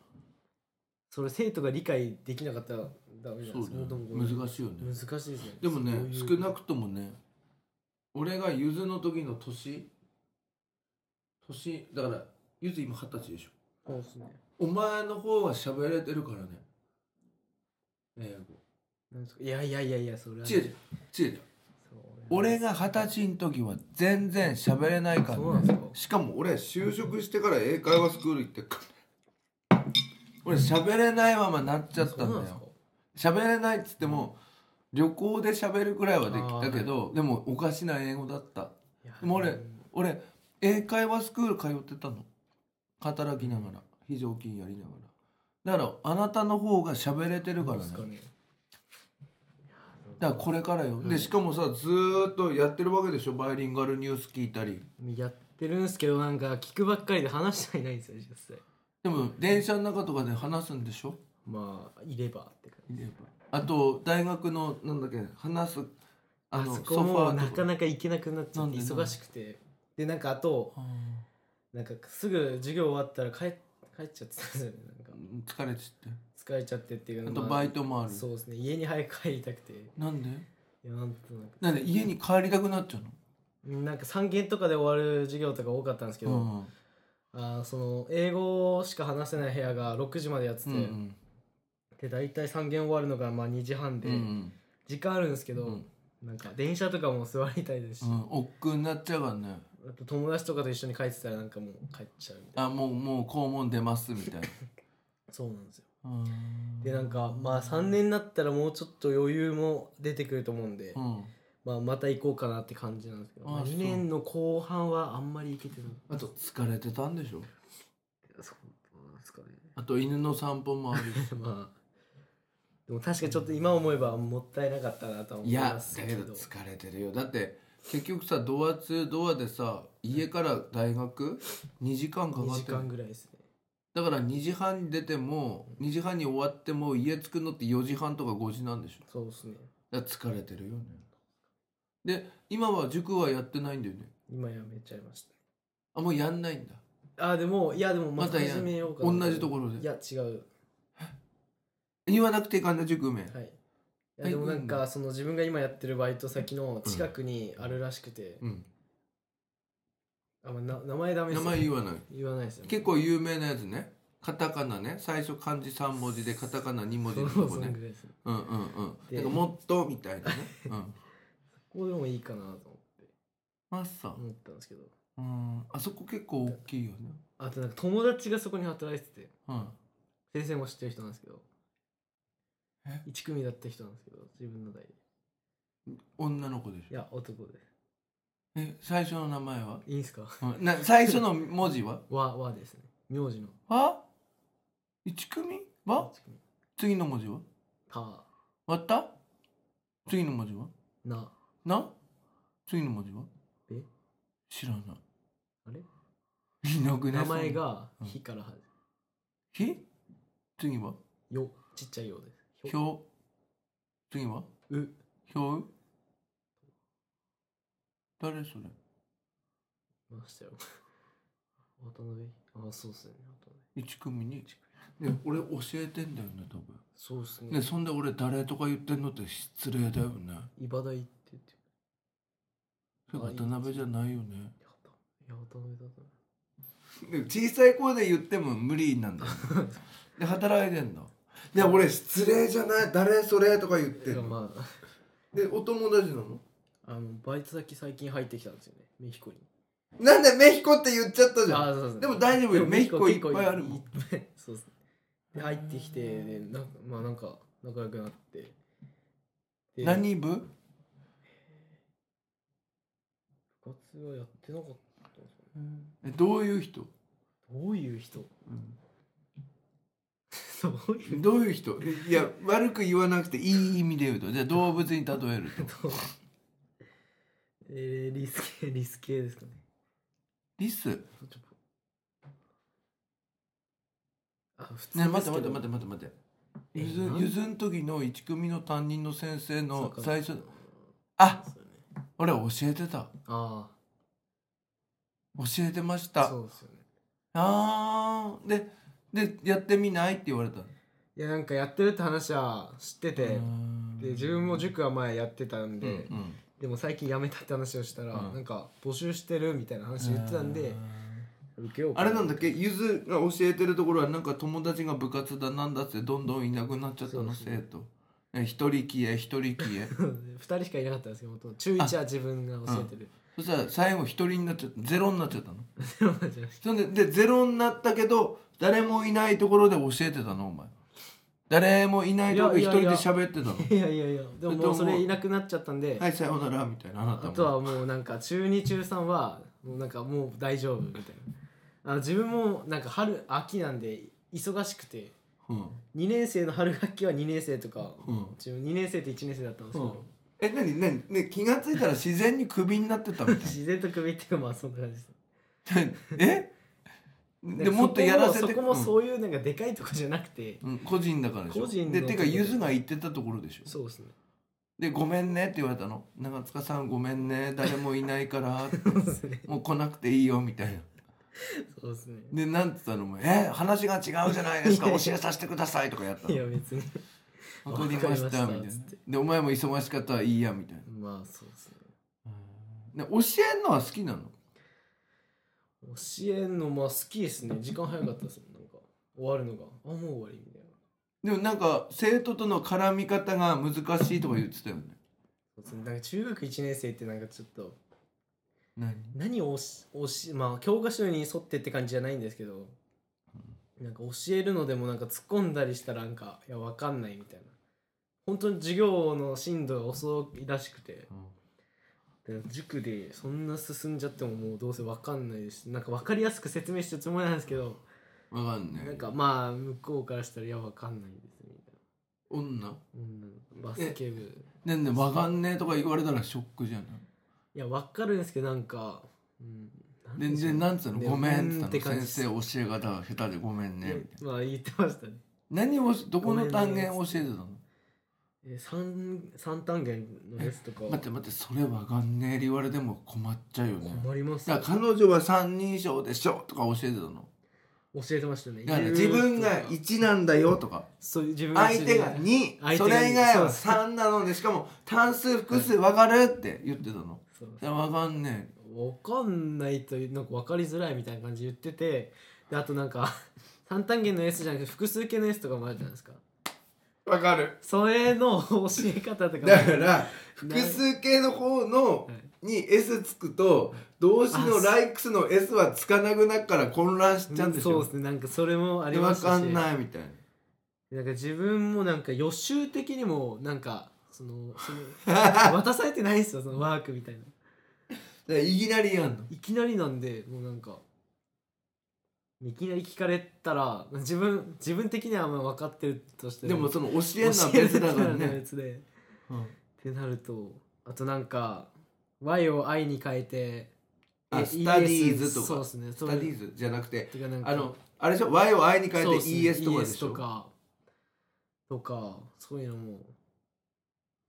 C: それ生徒が理解できなかったらダメ
B: う
C: じゃな
B: そ
C: いうですか元も子
B: だ
C: も
B: ね難しいよね
C: 難しいですね
B: でもね
C: そういう
B: 少なくともね俺がゆずの時の年年だからゆず今二十歳でしょ
C: そうですね
B: お前の方は喋れてるからね英語
C: なんですかいやいやいやいやそれは
B: 違う違う違う違う
C: そう
B: 俺が二十歳の時は全然喋れないから、
C: そうなんですか
B: しかも俺就職してから英会話スクール行ってっから俺喋れないままなっちゃったんだ
C: そうなんです
B: よ
C: か
B: 喋れないっつっても旅行で喋るくらいはできたけど、でもおかしな英語だった
C: いや
B: でも俺、
C: うん
B: 俺英会話スクール通ってたの働きながら非常勤やりながらだからあなたの方が喋れてるからね
C: ですかね
B: だからこれからよ、でしかもさずーっとやってるわけでしょバイリンガルニュース聞いたり
C: やってるんですけどなんか聞くばっかりで話してはいないんですよ実際
B: でも電車の中とかで話すんでしょ
C: まあいればって感じ
B: あと大学のなんだっけ話す
C: あ
B: の
C: そこもな
B: とか
C: かなか行けなくなっちゃ
B: な
C: っ
B: ん
C: て
B: でなんで
C: 忙しくてでなんかあと
B: うん
C: なんかすぐ授業終わったら帰っ帰っちゃってたんですよねなんか
B: 疲れちゃって
C: 疲れちゃってっていう
B: あ
C: の
B: と
C: も
B: バイトもある
C: そうですね家に早く帰りたくてい
B: なんで
C: やなんとなく
B: なんで家に帰りたくなっちゃうの
C: うんなんか3限とかで終わる授業とか多かったんですけど、
B: うん
C: あーその英語しか話せない部屋が6時までやってて、
B: うんうん
C: で大体3限終わるのがまあ2時半で、
B: うん
C: 時間あるんですけど、
B: うん
C: なんか電車とかも座りたいですし、
B: うん、億劫になっちゃうからね
C: やっぱ友達とかと一緒に帰ってたらなんかもう帰っちゃうみたい
B: あもうもう肛門出ますみたいな
C: なそうなんですよ
B: うん
C: でなんかまあ3年になったらもうちょっと余裕も出てくると思うんで、
B: うん
C: まあ、また行こうかなって感じなんですけど、
B: あ
C: まあ、
B: そう
C: 2年の後半はあんまり行けてない
B: あと疲れてたんでしょ
C: そうなんですかね
B: あと犬の散歩もあるし
C: まあでも確かにちょっと今思えばもったいなかったなとは思
B: い
C: い
B: や
C: ます
B: だ
C: け
B: け
C: ど
B: ど疲れてるよだって結局さドア2ドアでさ家から大学2時間か
C: 2
B: かっ
C: 時
B: てる
C: 間ぐらいですね
B: だから2時半に出ても2時半に終わっても家着くのって4時半とか5時なんでしょ
C: そうですね
B: だから疲れてるよねで今は塾はやってないんだよね
C: 今やめちゃいましたね
B: あもうやんないんだ
C: あーでもいやでもま
B: ま
C: た
B: たや
C: 始めようかな
B: 同じところで
C: いや違う
B: 言わなくていいかんな塾名、
C: はいい
B: は
C: や
B: い
C: でもなん
B: う
C: かその自分が今やってるバイト先の近くにあるらしくて、
B: うん、
C: あまあな名前ダメで
B: 名
C: すよ
B: 前言わない
C: 言わないですよね
B: 結構有名なやつねカタカナね最初漢字3文字でカタカナ2文字のとこ
C: そうそん
B: ね
C: ぐらいですね
B: うんうんうん
C: で
B: なんかもっとみたいなね、 うん、
C: ここでもいいかなと
B: マッサ
C: 思ったんですけど
B: うんあそこ結構大きいよね
C: あとなんか友達がそこに働いてて
B: うん
C: 先生も知ってる人なんですけど
B: え
C: 1組だった人なんですけど自分の代で
B: 女の子でし
C: い
B: ょ
C: や男で
B: え最初の名前はい
C: いんすか
B: うんな最初の文字 は
C: わわですね名字の
B: は一組は
C: 一組
B: 次の文字は
C: た
B: わった次の文字は
C: な
B: な次の文字は
C: え
B: 知らない
C: あれ
B: いなくね
C: 名前が
B: うん
C: ひから始
B: そんなひ次は
C: めよちっちゃいようです
B: ひょう次は
C: う
B: ひょう誰それ
C: ましたよ渡辺あそうっすね渡辺
B: 一組にね俺教えてんだよね多分
C: そうっすね
B: ねそんで俺誰とか言ってんのって失礼だよね
C: イバダイって言って
B: それ渡辺じゃないよね
C: やったいや渡辺だった
B: でも小さい声で言っても無理なんだよ で働いてんのいや俺失礼じゃない誰それとか言ってん
C: いや
B: の、
C: まあ
B: でお友達なの
C: あのバイト先最近入ってきたんですよねメヒコに
B: なんでメヒコって言っちゃったじゃん
C: あそうそう
B: でも大丈夫よ
C: でも
B: メヒコいっ
C: 結構
B: ぱいあるもん
C: いっぱい そうですで入ってきてでなんかまあなんか仲良くなってで
B: 何部
C: 部活はやってなかったんですよね
B: えどういう人、
C: どういう人 どういう
B: どういう人いや悪く言わなくていい意味で言うとじゃあ動物に例えると
C: 人 えー、リス系リス系ですかね
B: リス
C: ちょっとあ普通
B: ね、待って待って待って
C: て
B: 待って待って。
C: え
B: ゆず
C: なん
B: ゆずん時の一組の担任の先生の最初あ
C: あそうよね
B: 俺教えてた
C: あ
B: 教えてまし
C: あ
B: た
C: そうですよね
B: あーででやってみないって言われた
C: いやなんかやってるって話は知ってて、
B: うーん
C: で自分も塾は前やってたん
B: う
C: で、
B: んうん
C: でも最近辞めたって話をしたら、
B: うん
C: なんか募集してるみたいな話言ってたんで、受けよう
B: あれなんだっ
C: っ
B: けゆずが教えてるところはなんか友達が部活だなんだってどんどんいなくなっちゃったの
C: そうそう
B: 生徒え一人消え一人消え
C: 2人しかいなかったんですけど元中1は自分が教えてる、
B: そしたら最後一人になっちゃったゼロになっちゃったの
C: ゼロになっちゃいまし
B: そんででゼロになったけど誰もいないところで教えてたのお前誰もいないところで
C: い
B: 一
C: や
B: 人
C: い
B: で
C: や
B: 喋ってたの
C: た いやいやいやでも
B: で
C: も
B: も
C: うそれいなくなっちゃったんで、
B: はいさようならみたいなあなた
C: あ
B: も
C: とはもうなんか中2中3はもうなんかもう大丈夫みたいなあ自分もなんか春秋なんで忙しくて
B: うん
C: 2年生の春学期は2年生とか、
B: うん
C: 自分2年生と1年生だったんですけど、
B: うんえ何何ね気がついたら自然にクビになってたみたい
C: 自然と首っていうかまあそんな感じです
B: なえでもっとやらせて
C: そこもそこもそういうなんかでかいとこじゃなくて、
B: うんうん個人だからでしょ
C: 個人の
B: で
C: とこ
B: てかゆずが言ってたところでしょ
C: そうですね
B: で「ごめんね」って言われたの「長塚さんごめんね誰もいない から」
C: そうですね
B: もう来なくていいよ」みたいな
C: そうですね
B: でなんつったのも「え話が違うじゃないですか教えさせてください」とかやったの
C: いや別に
B: わかりましたみたい
C: わかり
B: な
C: ましたっつって
B: でお前も忙しかったらいいやみたいな
C: まあそうですね
B: で教えんのは好きなの
C: 教えんのまあ好きですね時間早かったですもんなんか終わるのがあもう終わりみたいな
B: でもなんか生徒との絡み方が難しいとか言ってたよね
C: そうですねなんか中学1年生ってなんかちょっと
B: 何
C: 何を教しまあ教科書に沿ってって感じじゃないんですけどなんか教えるのでもなんか突っ込んだりしたらなんかいやわかんないみたいな本当に授業の進度が遅いらしくてで塾でそんな進んじゃってももうどうせわかんないですなんかわかりやすく説明したつもりなんですけど
B: 分かんない
C: なんかまあ向こうからしたらいやわかんないですみたい
B: 女
C: なうんバスケ部
B: ねんね分かんねえとか言われたらショックじゃない
C: いやわかるんですけどなんかうんなんで
B: 全
C: しょう
B: 然なんつうの
C: ね
B: ごめんっ
C: ってて
B: 言った
C: 感
B: の
C: じ
B: 先生教え方が下手でごめんねみたいな
C: まあ言ってましたね
B: 何をどこの単元教えてたの
C: えー三三単元のやつとか
B: 待って待ってそれ分かんねえって言われても困っちゃうよね
C: 困ります
B: だ
C: よ
B: から彼女は三人称でしょとか教えてたの
C: 教えてましたね
B: だから
C: いろいろ
B: 自分が
C: とか
B: 1なんだよとか
C: そういう自分
B: 相手が
C: 自分
B: 2
C: 相手が
B: それ以外は
C: そう
B: 3なのでしかも単数複数分かるって言ってたの
C: そう
B: いや分かんね
C: わかんないとなんか分かりづらいみたいな感じで言っててであとなんか 三単元の S じゃなくて複数形の S とかもあるじゃないですか
B: え分かる
C: それの教え方とかも
B: だから複数形の方の
C: はい
B: に S つくと動詞の
C: あ
B: ライクスの S はつかなくなるから混乱しちゃうんでし
C: そ
B: ょ
C: うですねなんかそれもあ
B: で
C: りま
B: 分
C: し
B: か
C: たし
B: んないみたいな
C: なんか自分もなんか予習的にもなんかそのその渡されてないんですよそのワークみたいな
B: だから いきなりやんの
C: いきなりなんでもうなんかいきなり聞かれたら自分自分的にはまあ分かってるとして
B: でもその教え
C: 教
B: るのは
C: える
B: 別だからね
C: 別で
B: うん
C: ってなるとあとなんか Y を I に変えて
B: あ
C: え
B: スタディー
C: ES
B: ズとか
C: そうですね
B: スタディーズじゃなくて
C: ズてかなんか
B: あのあれでしょ Y を I に変えて
C: そうっすね
B: ES とかでし
C: ES と
B: ょ
C: かとかそういうのも、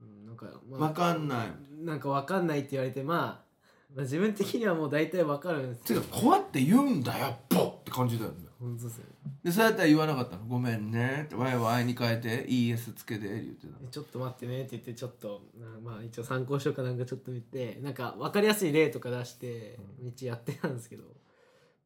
C: うん、なんか、まあ
B: 分かんない
C: なんか分かんないって言われて、まあ、まあ自分的にはもう大体分かるんです
B: て
C: け
B: か
C: ど
B: こうやって言うんだよボッって感じだよね
C: 本当ですよね
B: でそうやったら言わなかったの「ごめんね」って「わいわい」に変えて「ES つけて」って言ってた
C: えちょっと待ってねって言ってちょっとなまあ一応参考書かなんかちょっと見てなんか分かりやすい例とか出して道やってたんですけど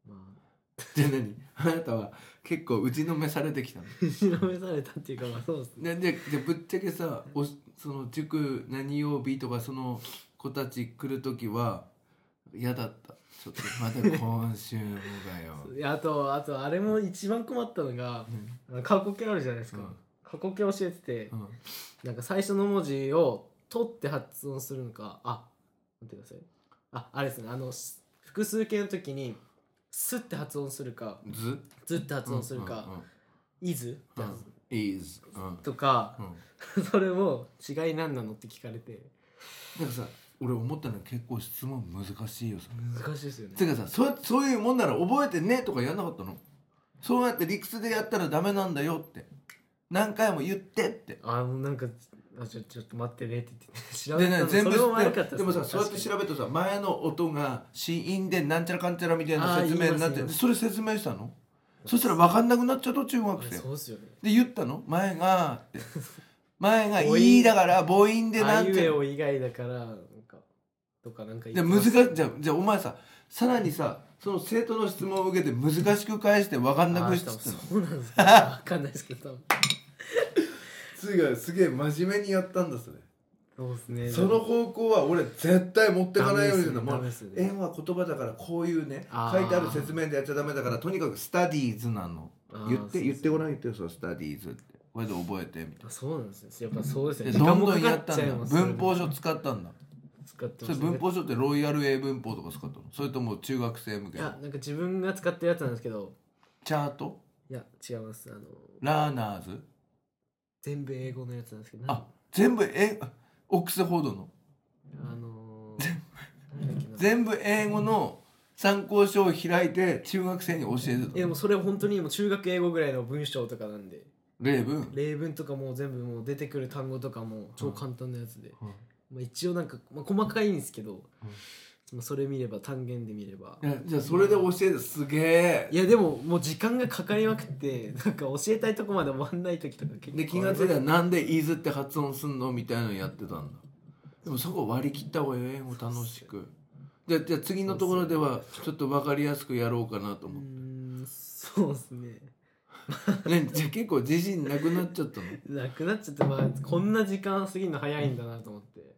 C: まあ
B: ので何あなたは結構打ちのめされてきたの
C: 後ろめされたっていうかまあそうですね
B: でででぶっちゃけさおその塾何曜日とかその子たち来る時は嫌だったちょっとまた今週もだよ
C: いやあとあとあれも一番困ったのが
B: うん
C: あの過去形あるじゃないですか、
B: うん
C: 過去形教えてて
B: うん
C: なんか最初の文字を取って発音するのかあ待ってくださいああれですねあのす複数形の時に「す」って発音するか
B: ず
C: 「ず」って発音するか「いず」って
B: うん
C: 発音
B: うん、is うん
C: とか
B: う、ん、
C: それも違い何なのって聞かれて
B: なんかさ俺思ったのは結構質問難しいよそれ
C: 難しいですよ
B: て
C: ね
B: かさそそういうもんなら覚えてねとかやんなかったのそうやって理屈でやったらダメなんだよって何回も言ってって
C: あもうなんかあちょちょっと待ってねって言って 調
B: で
C: べ
B: ね
C: たの
B: 全部
C: それも悪
B: で
C: か
B: も
C: った
B: でもさそうやって調べるとさ前の音が子音でなんちゃらかんちゃらみたいな説明になっ
C: あー言いま
B: て
C: す言い
B: で
C: ます
B: それ説明したのそしたら分かんなくなっちゃうと中学生
C: そうですよね
B: で言ったの前が って前が「いい」だから母音でな
C: あ
B: ん
C: いう
B: ちゃ
C: え
B: ら
C: お以外だからなんかとかなんか
B: で
C: 言ってま
B: 難し
C: す
B: じゃあじゃあお前ささらにさその生徒の質問を受けて難しく返して分かんな
C: あ
B: く
C: ー
B: し
C: 多
B: つ
C: 分
B: つ
C: そうなんですかわかんないですけど多分
B: すげえすげえ真面目にやったんだそれ
C: そうです ね
B: その方向は俺絶対持ってかないようにするの
C: ダメ
B: もう
C: ですねダメです
B: 縁
C: ね
B: は言葉だからこういうね
C: あ
B: 書
C: ー
B: いてある説明でやっちゃダメだからとにかくスタディーズなの
C: あー
B: 言
C: そ
B: っ
C: うそう
B: て言ってごらん言ってよそのスタディーズってこれで覚えてみたい
C: あそうなんですねやっぱそうです
B: な
C: ね
B: で
C: 時間
B: どん
C: も
B: どんや
C: か
B: っ
C: か
B: た
C: っ
B: ん
C: ちゃ
B: だ
C: いますよね
B: 文法書使ったんだ
C: 使って
B: そ
C: ま
B: れ
C: したね
B: 文法書ってロイヤル英文法とか使ったのそれとも中学生向
C: い
B: けの
C: やなんか自分が使ってるやつなんですけど
B: チャート
C: いや違いますあの
B: ラーナーズ
C: 全部英語のやつなんですけどなん
B: あ全部えオックスフォードの
C: あのー、なんだっ けな
B: 全部英語の参考書を開いて中学生に教えて
C: えで
B: た
C: もそれ本当にもう中学英語ぐらいの文章とかなんで
B: 例文
C: 例文とかもう全部もう出てくる単語とかも超簡単なやつで、まあ、一応なんか、まあ、細かいんですけど、まあ、それ見れば単元で見れば
B: いやじゃあそれで教えてすげえ
C: いやでももう時間がかかりまくってなんか教えたいとこまで終わんない時とか結構
B: で気が付いたらなんで「イズ」って発音すんのみたいなのやってたんだでもそこ割り切った方がええもう楽しくじゃあじゃあ次のところではちょっと分かりやすくやろうかなと
C: う
B: 思って
C: ーんそうですね
B: ねじゃあ結構自信なくなっちゃったの
C: なくなっちゃってまあこんな時間過ぎるの早いんだなと思って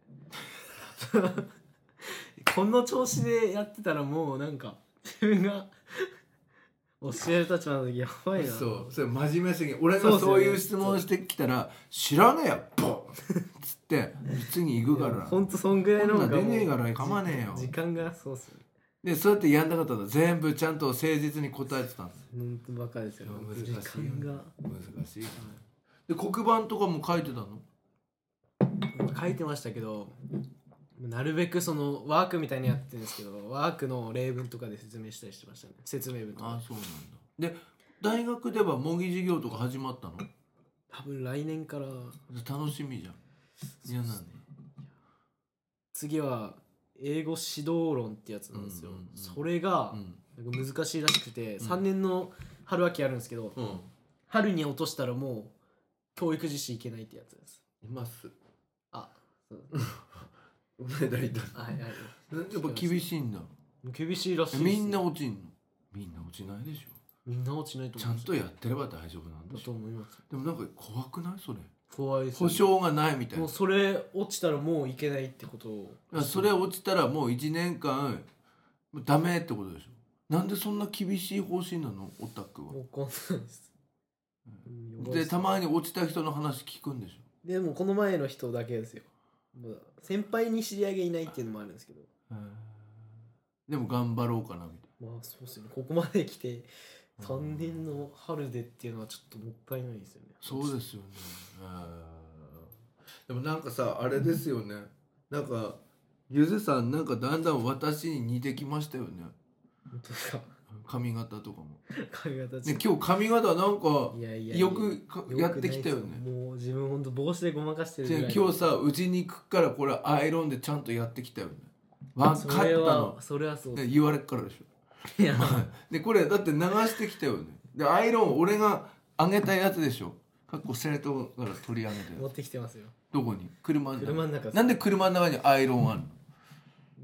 C: この調子でやってたらもうなんか自分が教える立場の時やばいな
B: そうそれ真面目すぎ俺
C: そう
B: が
C: ですよ
B: そ
C: ね
B: ういう質問してきたら「知らねえよボン!」っ つって「次に行くから」
C: ほんとそんぐらいの
B: こんなん出ねえ
C: もう
B: から構わねえよ
C: 時間がそうっすね
B: でそうやってやんなかったら全部ちゃんと誠実に答えてたんです
C: ほんとバカですよ時
B: 難しいよ
C: 間
B: ね
C: が
B: 難しいよねで黒板とかも書いてたの
C: 書いてましたけどなるべくそのワークみたいにやってるんですけどワークの例文とかで説明したりしてましたね説明文と
B: あ
C: か
B: そうなんだで大学では模擬授業とか始まったの
C: 多分来年から
B: 楽しみじゃん嫌なの
C: 次は英語指導論ってやつなんですよ、
B: うんうんうん
C: それが
B: うん
C: なんか難しいらしくて、
B: うん
C: 3年の春秋あるんですけど、
B: うん
C: 春に落としたらもう教育実施いけないってやつです
B: います
C: あそう
B: お前誰だ
C: はいはい
B: やっぱ厳しいんだ
C: 厳しいらしいです
B: みんな落ちんのみんな落ちないでしょ
C: みんな落ちないと
B: ち
C: 思
B: ゃ
C: い
B: ん
C: ます
B: とやってれば大丈夫なんで
C: だ
B: し
C: と
B: ょ
C: 思います
B: でもなんか怖くないそれ
C: 怖いですよ
B: 保
C: ね
B: 証がないみたい
C: も
B: な
C: うそれ落ちたらもういけないってことを
B: だからそれ落ちたらもう1年間もうダメってことでしょなんでそんな厳しい方針なのオタクは
C: もうこんなんですうん
B: でたまに落ちた人の話聞くんでしょ
C: でもこの前の人だけですよまだ先輩に知り合いがいないっていうのもあるんですけど
B: でも頑張ろうかなみたい
C: まあそうですよねここまで来て3年の春でっていうのはちょっともったいないですよね
B: なそうですよねでもなんかさあれですよねなんかゆずさんなんかだんだん私に似てきましたよね
C: 本当ですか
B: 髪型とかも、
C: 髪型ちょ
B: ね
C: っ、
B: 今日髪型なんか
C: といやいやいや
B: よくか
C: よく
B: やってきたよ
C: ない
B: ね
C: ですもう自分ほんと帽子でごまかしてる
B: じゃあ
C: ぐらい
B: 今日さうちに行くからこれアイロンでちゃんとやってきたよねわかっ
C: そ
B: た
C: れ
B: の
C: はそれはそう
B: で言われっからでしょ
C: いや
B: でこれだって流してきたよねでアイロン俺があげたやつでしょかっこセレトから取り上げた
C: 持
B: よ
C: ってきてますよ
B: どこに車の中
C: 車の中
B: なんで車の中にアイロンあるの、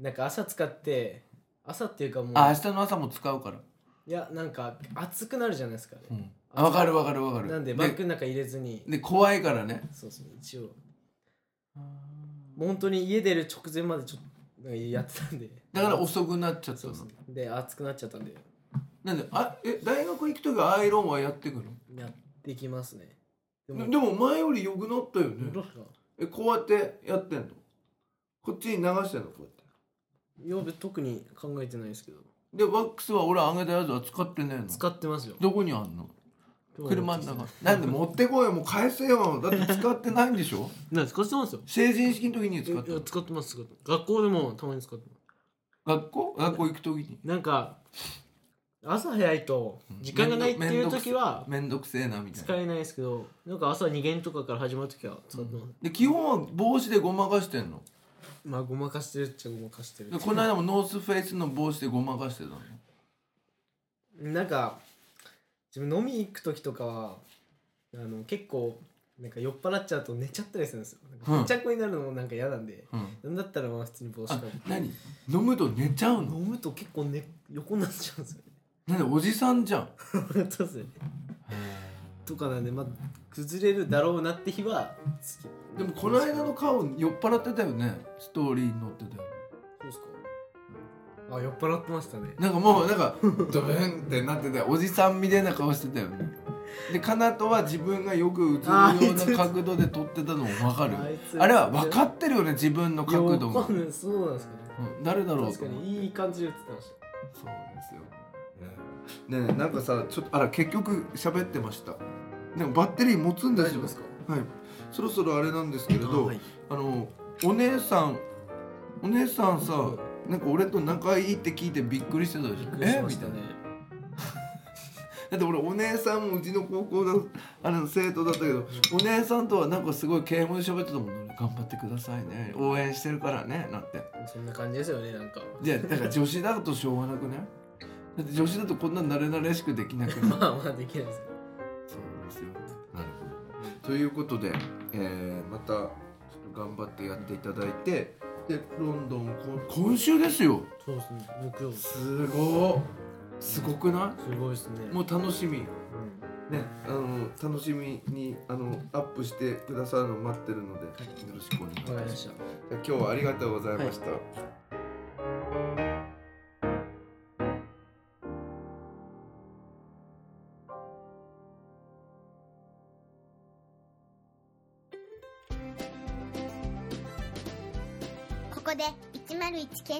C: なんか朝使って朝っていうかもう
B: あ明日の朝も使うから、
C: いやなんか暑くなるじゃないですかね、
B: うん、あわかるわかるわかる
C: なんでバッグ
B: で
C: の中入れずに
B: で怖いからね
C: そうですね一応もう本当に家出る直前までちょっとなんかやってたんで
B: だから遅くなっちゃった
C: そう
B: の
C: ですねで暑くなっちゃったんで
B: なんであえ大学行く時はアイロンはやってくの
C: やってきますねで
B: ででも前より良くなったよね
C: どうですか
B: えこうやってやってんのこっちに流してんのこうやって
C: いや特に考えてないですけど
B: でワックスは俺あげたやつは使ってねえの
C: 使ってますよ
B: どこにあんの車の中なんで持ってこいよもう返せよだって使ってないんでし ょ
C: なんか使ってますよ
B: 成人式の時に使っ
C: い
B: た
C: や
B: の
C: 使ってます使ってます学校でもたまに使ってま
B: 学校学校行く時に
C: すなんか朝早いと時間がないっていう時は
B: めんどくせえなみたい
C: 使
B: な
C: えないですけどなんか朝2限とかから始まる時は使ってます、
B: で基本は帽子でごまかしてんの
C: まあごまかしてるっちゃごまかしてる
B: でこの間もノースフェイスの帽子でごまかしてたの
C: なんか自分飲み行く時とかはあの結構なんか酔っ払っちゃうと寝ちゃったりするんですよなん
B: う
C: か
B: ん
C: めちゃこになるのもなんか嫌なんで、
B: うん
C: なんだったらまあ普通に帽子か
B: あ
C: ぶって
B: 何飲むと寝ちゃうの
C: 飲むと結構、ね、横になっちゃうんですよね
B: なんでおじさんじゃん
C: 本当ですねとかなんでまあ崩れるだろうなって日は好き
B: でもこの間の顔酔っ払ってたよねストーリーに載ってたよね
C: そうっすかあ酔っ払ってましたね
B: なんかもうなんかドブンってなってておじさんみたいな顔してたよねでかなとは自分がよく映るような角度で撮ってたのも分かる
C: あいつ
B: あれは分かってるよね自分の角度
C: いやわ
B: も
C: か、んないそうなんですかね
B: うん誰だろう
C: 確
B: と
C: か
B: 思って
C: にいい感じで映ってまし
B: そ
C: た
B: うですよねえなんかさちょっとあら結局喋ってましたでもバッテリー持つんですよ
C: か
B: はいそろそろあれなんですけれどあ,、
C: はい
B: のお姉さんお姉さんさなんか俺と仲いいって聞いてびっくりしてたでしょ
C: びっくりしました
B: えみ
C: ね
B: いなだって俺お姉さんもうちの高校のあの生徒だったけどお姉さんとはなんかすごい敬語で喋ってたもんね頑張ってくださいね応援してるからねなんて
C: そんな感じですよねなんか
B: じゃあだから女子だとしょうがなくねだって女子だとこんな慣れ慣れしくできなくな
C: ま
B: い
C: あまあできないです
B: そうですよ。なるほど。ということで、えーまたちょっと頑張ってやっていただいて、でロンドンこん今週ですよ。
C: そうですね木曜す
B: すごい。すごくな
C: ごいですね
B: い？もう楽しみ。
C: うん
B: ね、あの楽しみにあのアップしてくださるのを待ってるので、よろしくお願いし
C: わか
B: ま。
C: りますし
B: じ
C: た
B: ゃあ今日はありがとうございました。
A: ここで101ケ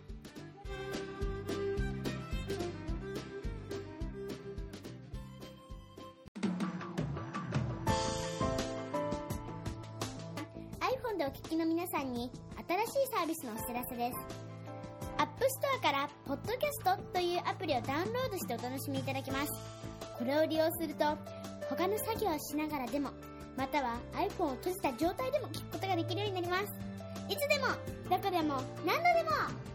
A: アイ iPhone でお聞きの皆さんに新しいサービスのお知らせです App Store から「Podcast」というアプリをダウンロードしてお楽しみいただけますこれを利用すると他の作業をしながらでもまたは iPhone を閉じた状態でも聞くことができるようになりますいつでもどこでも何度でも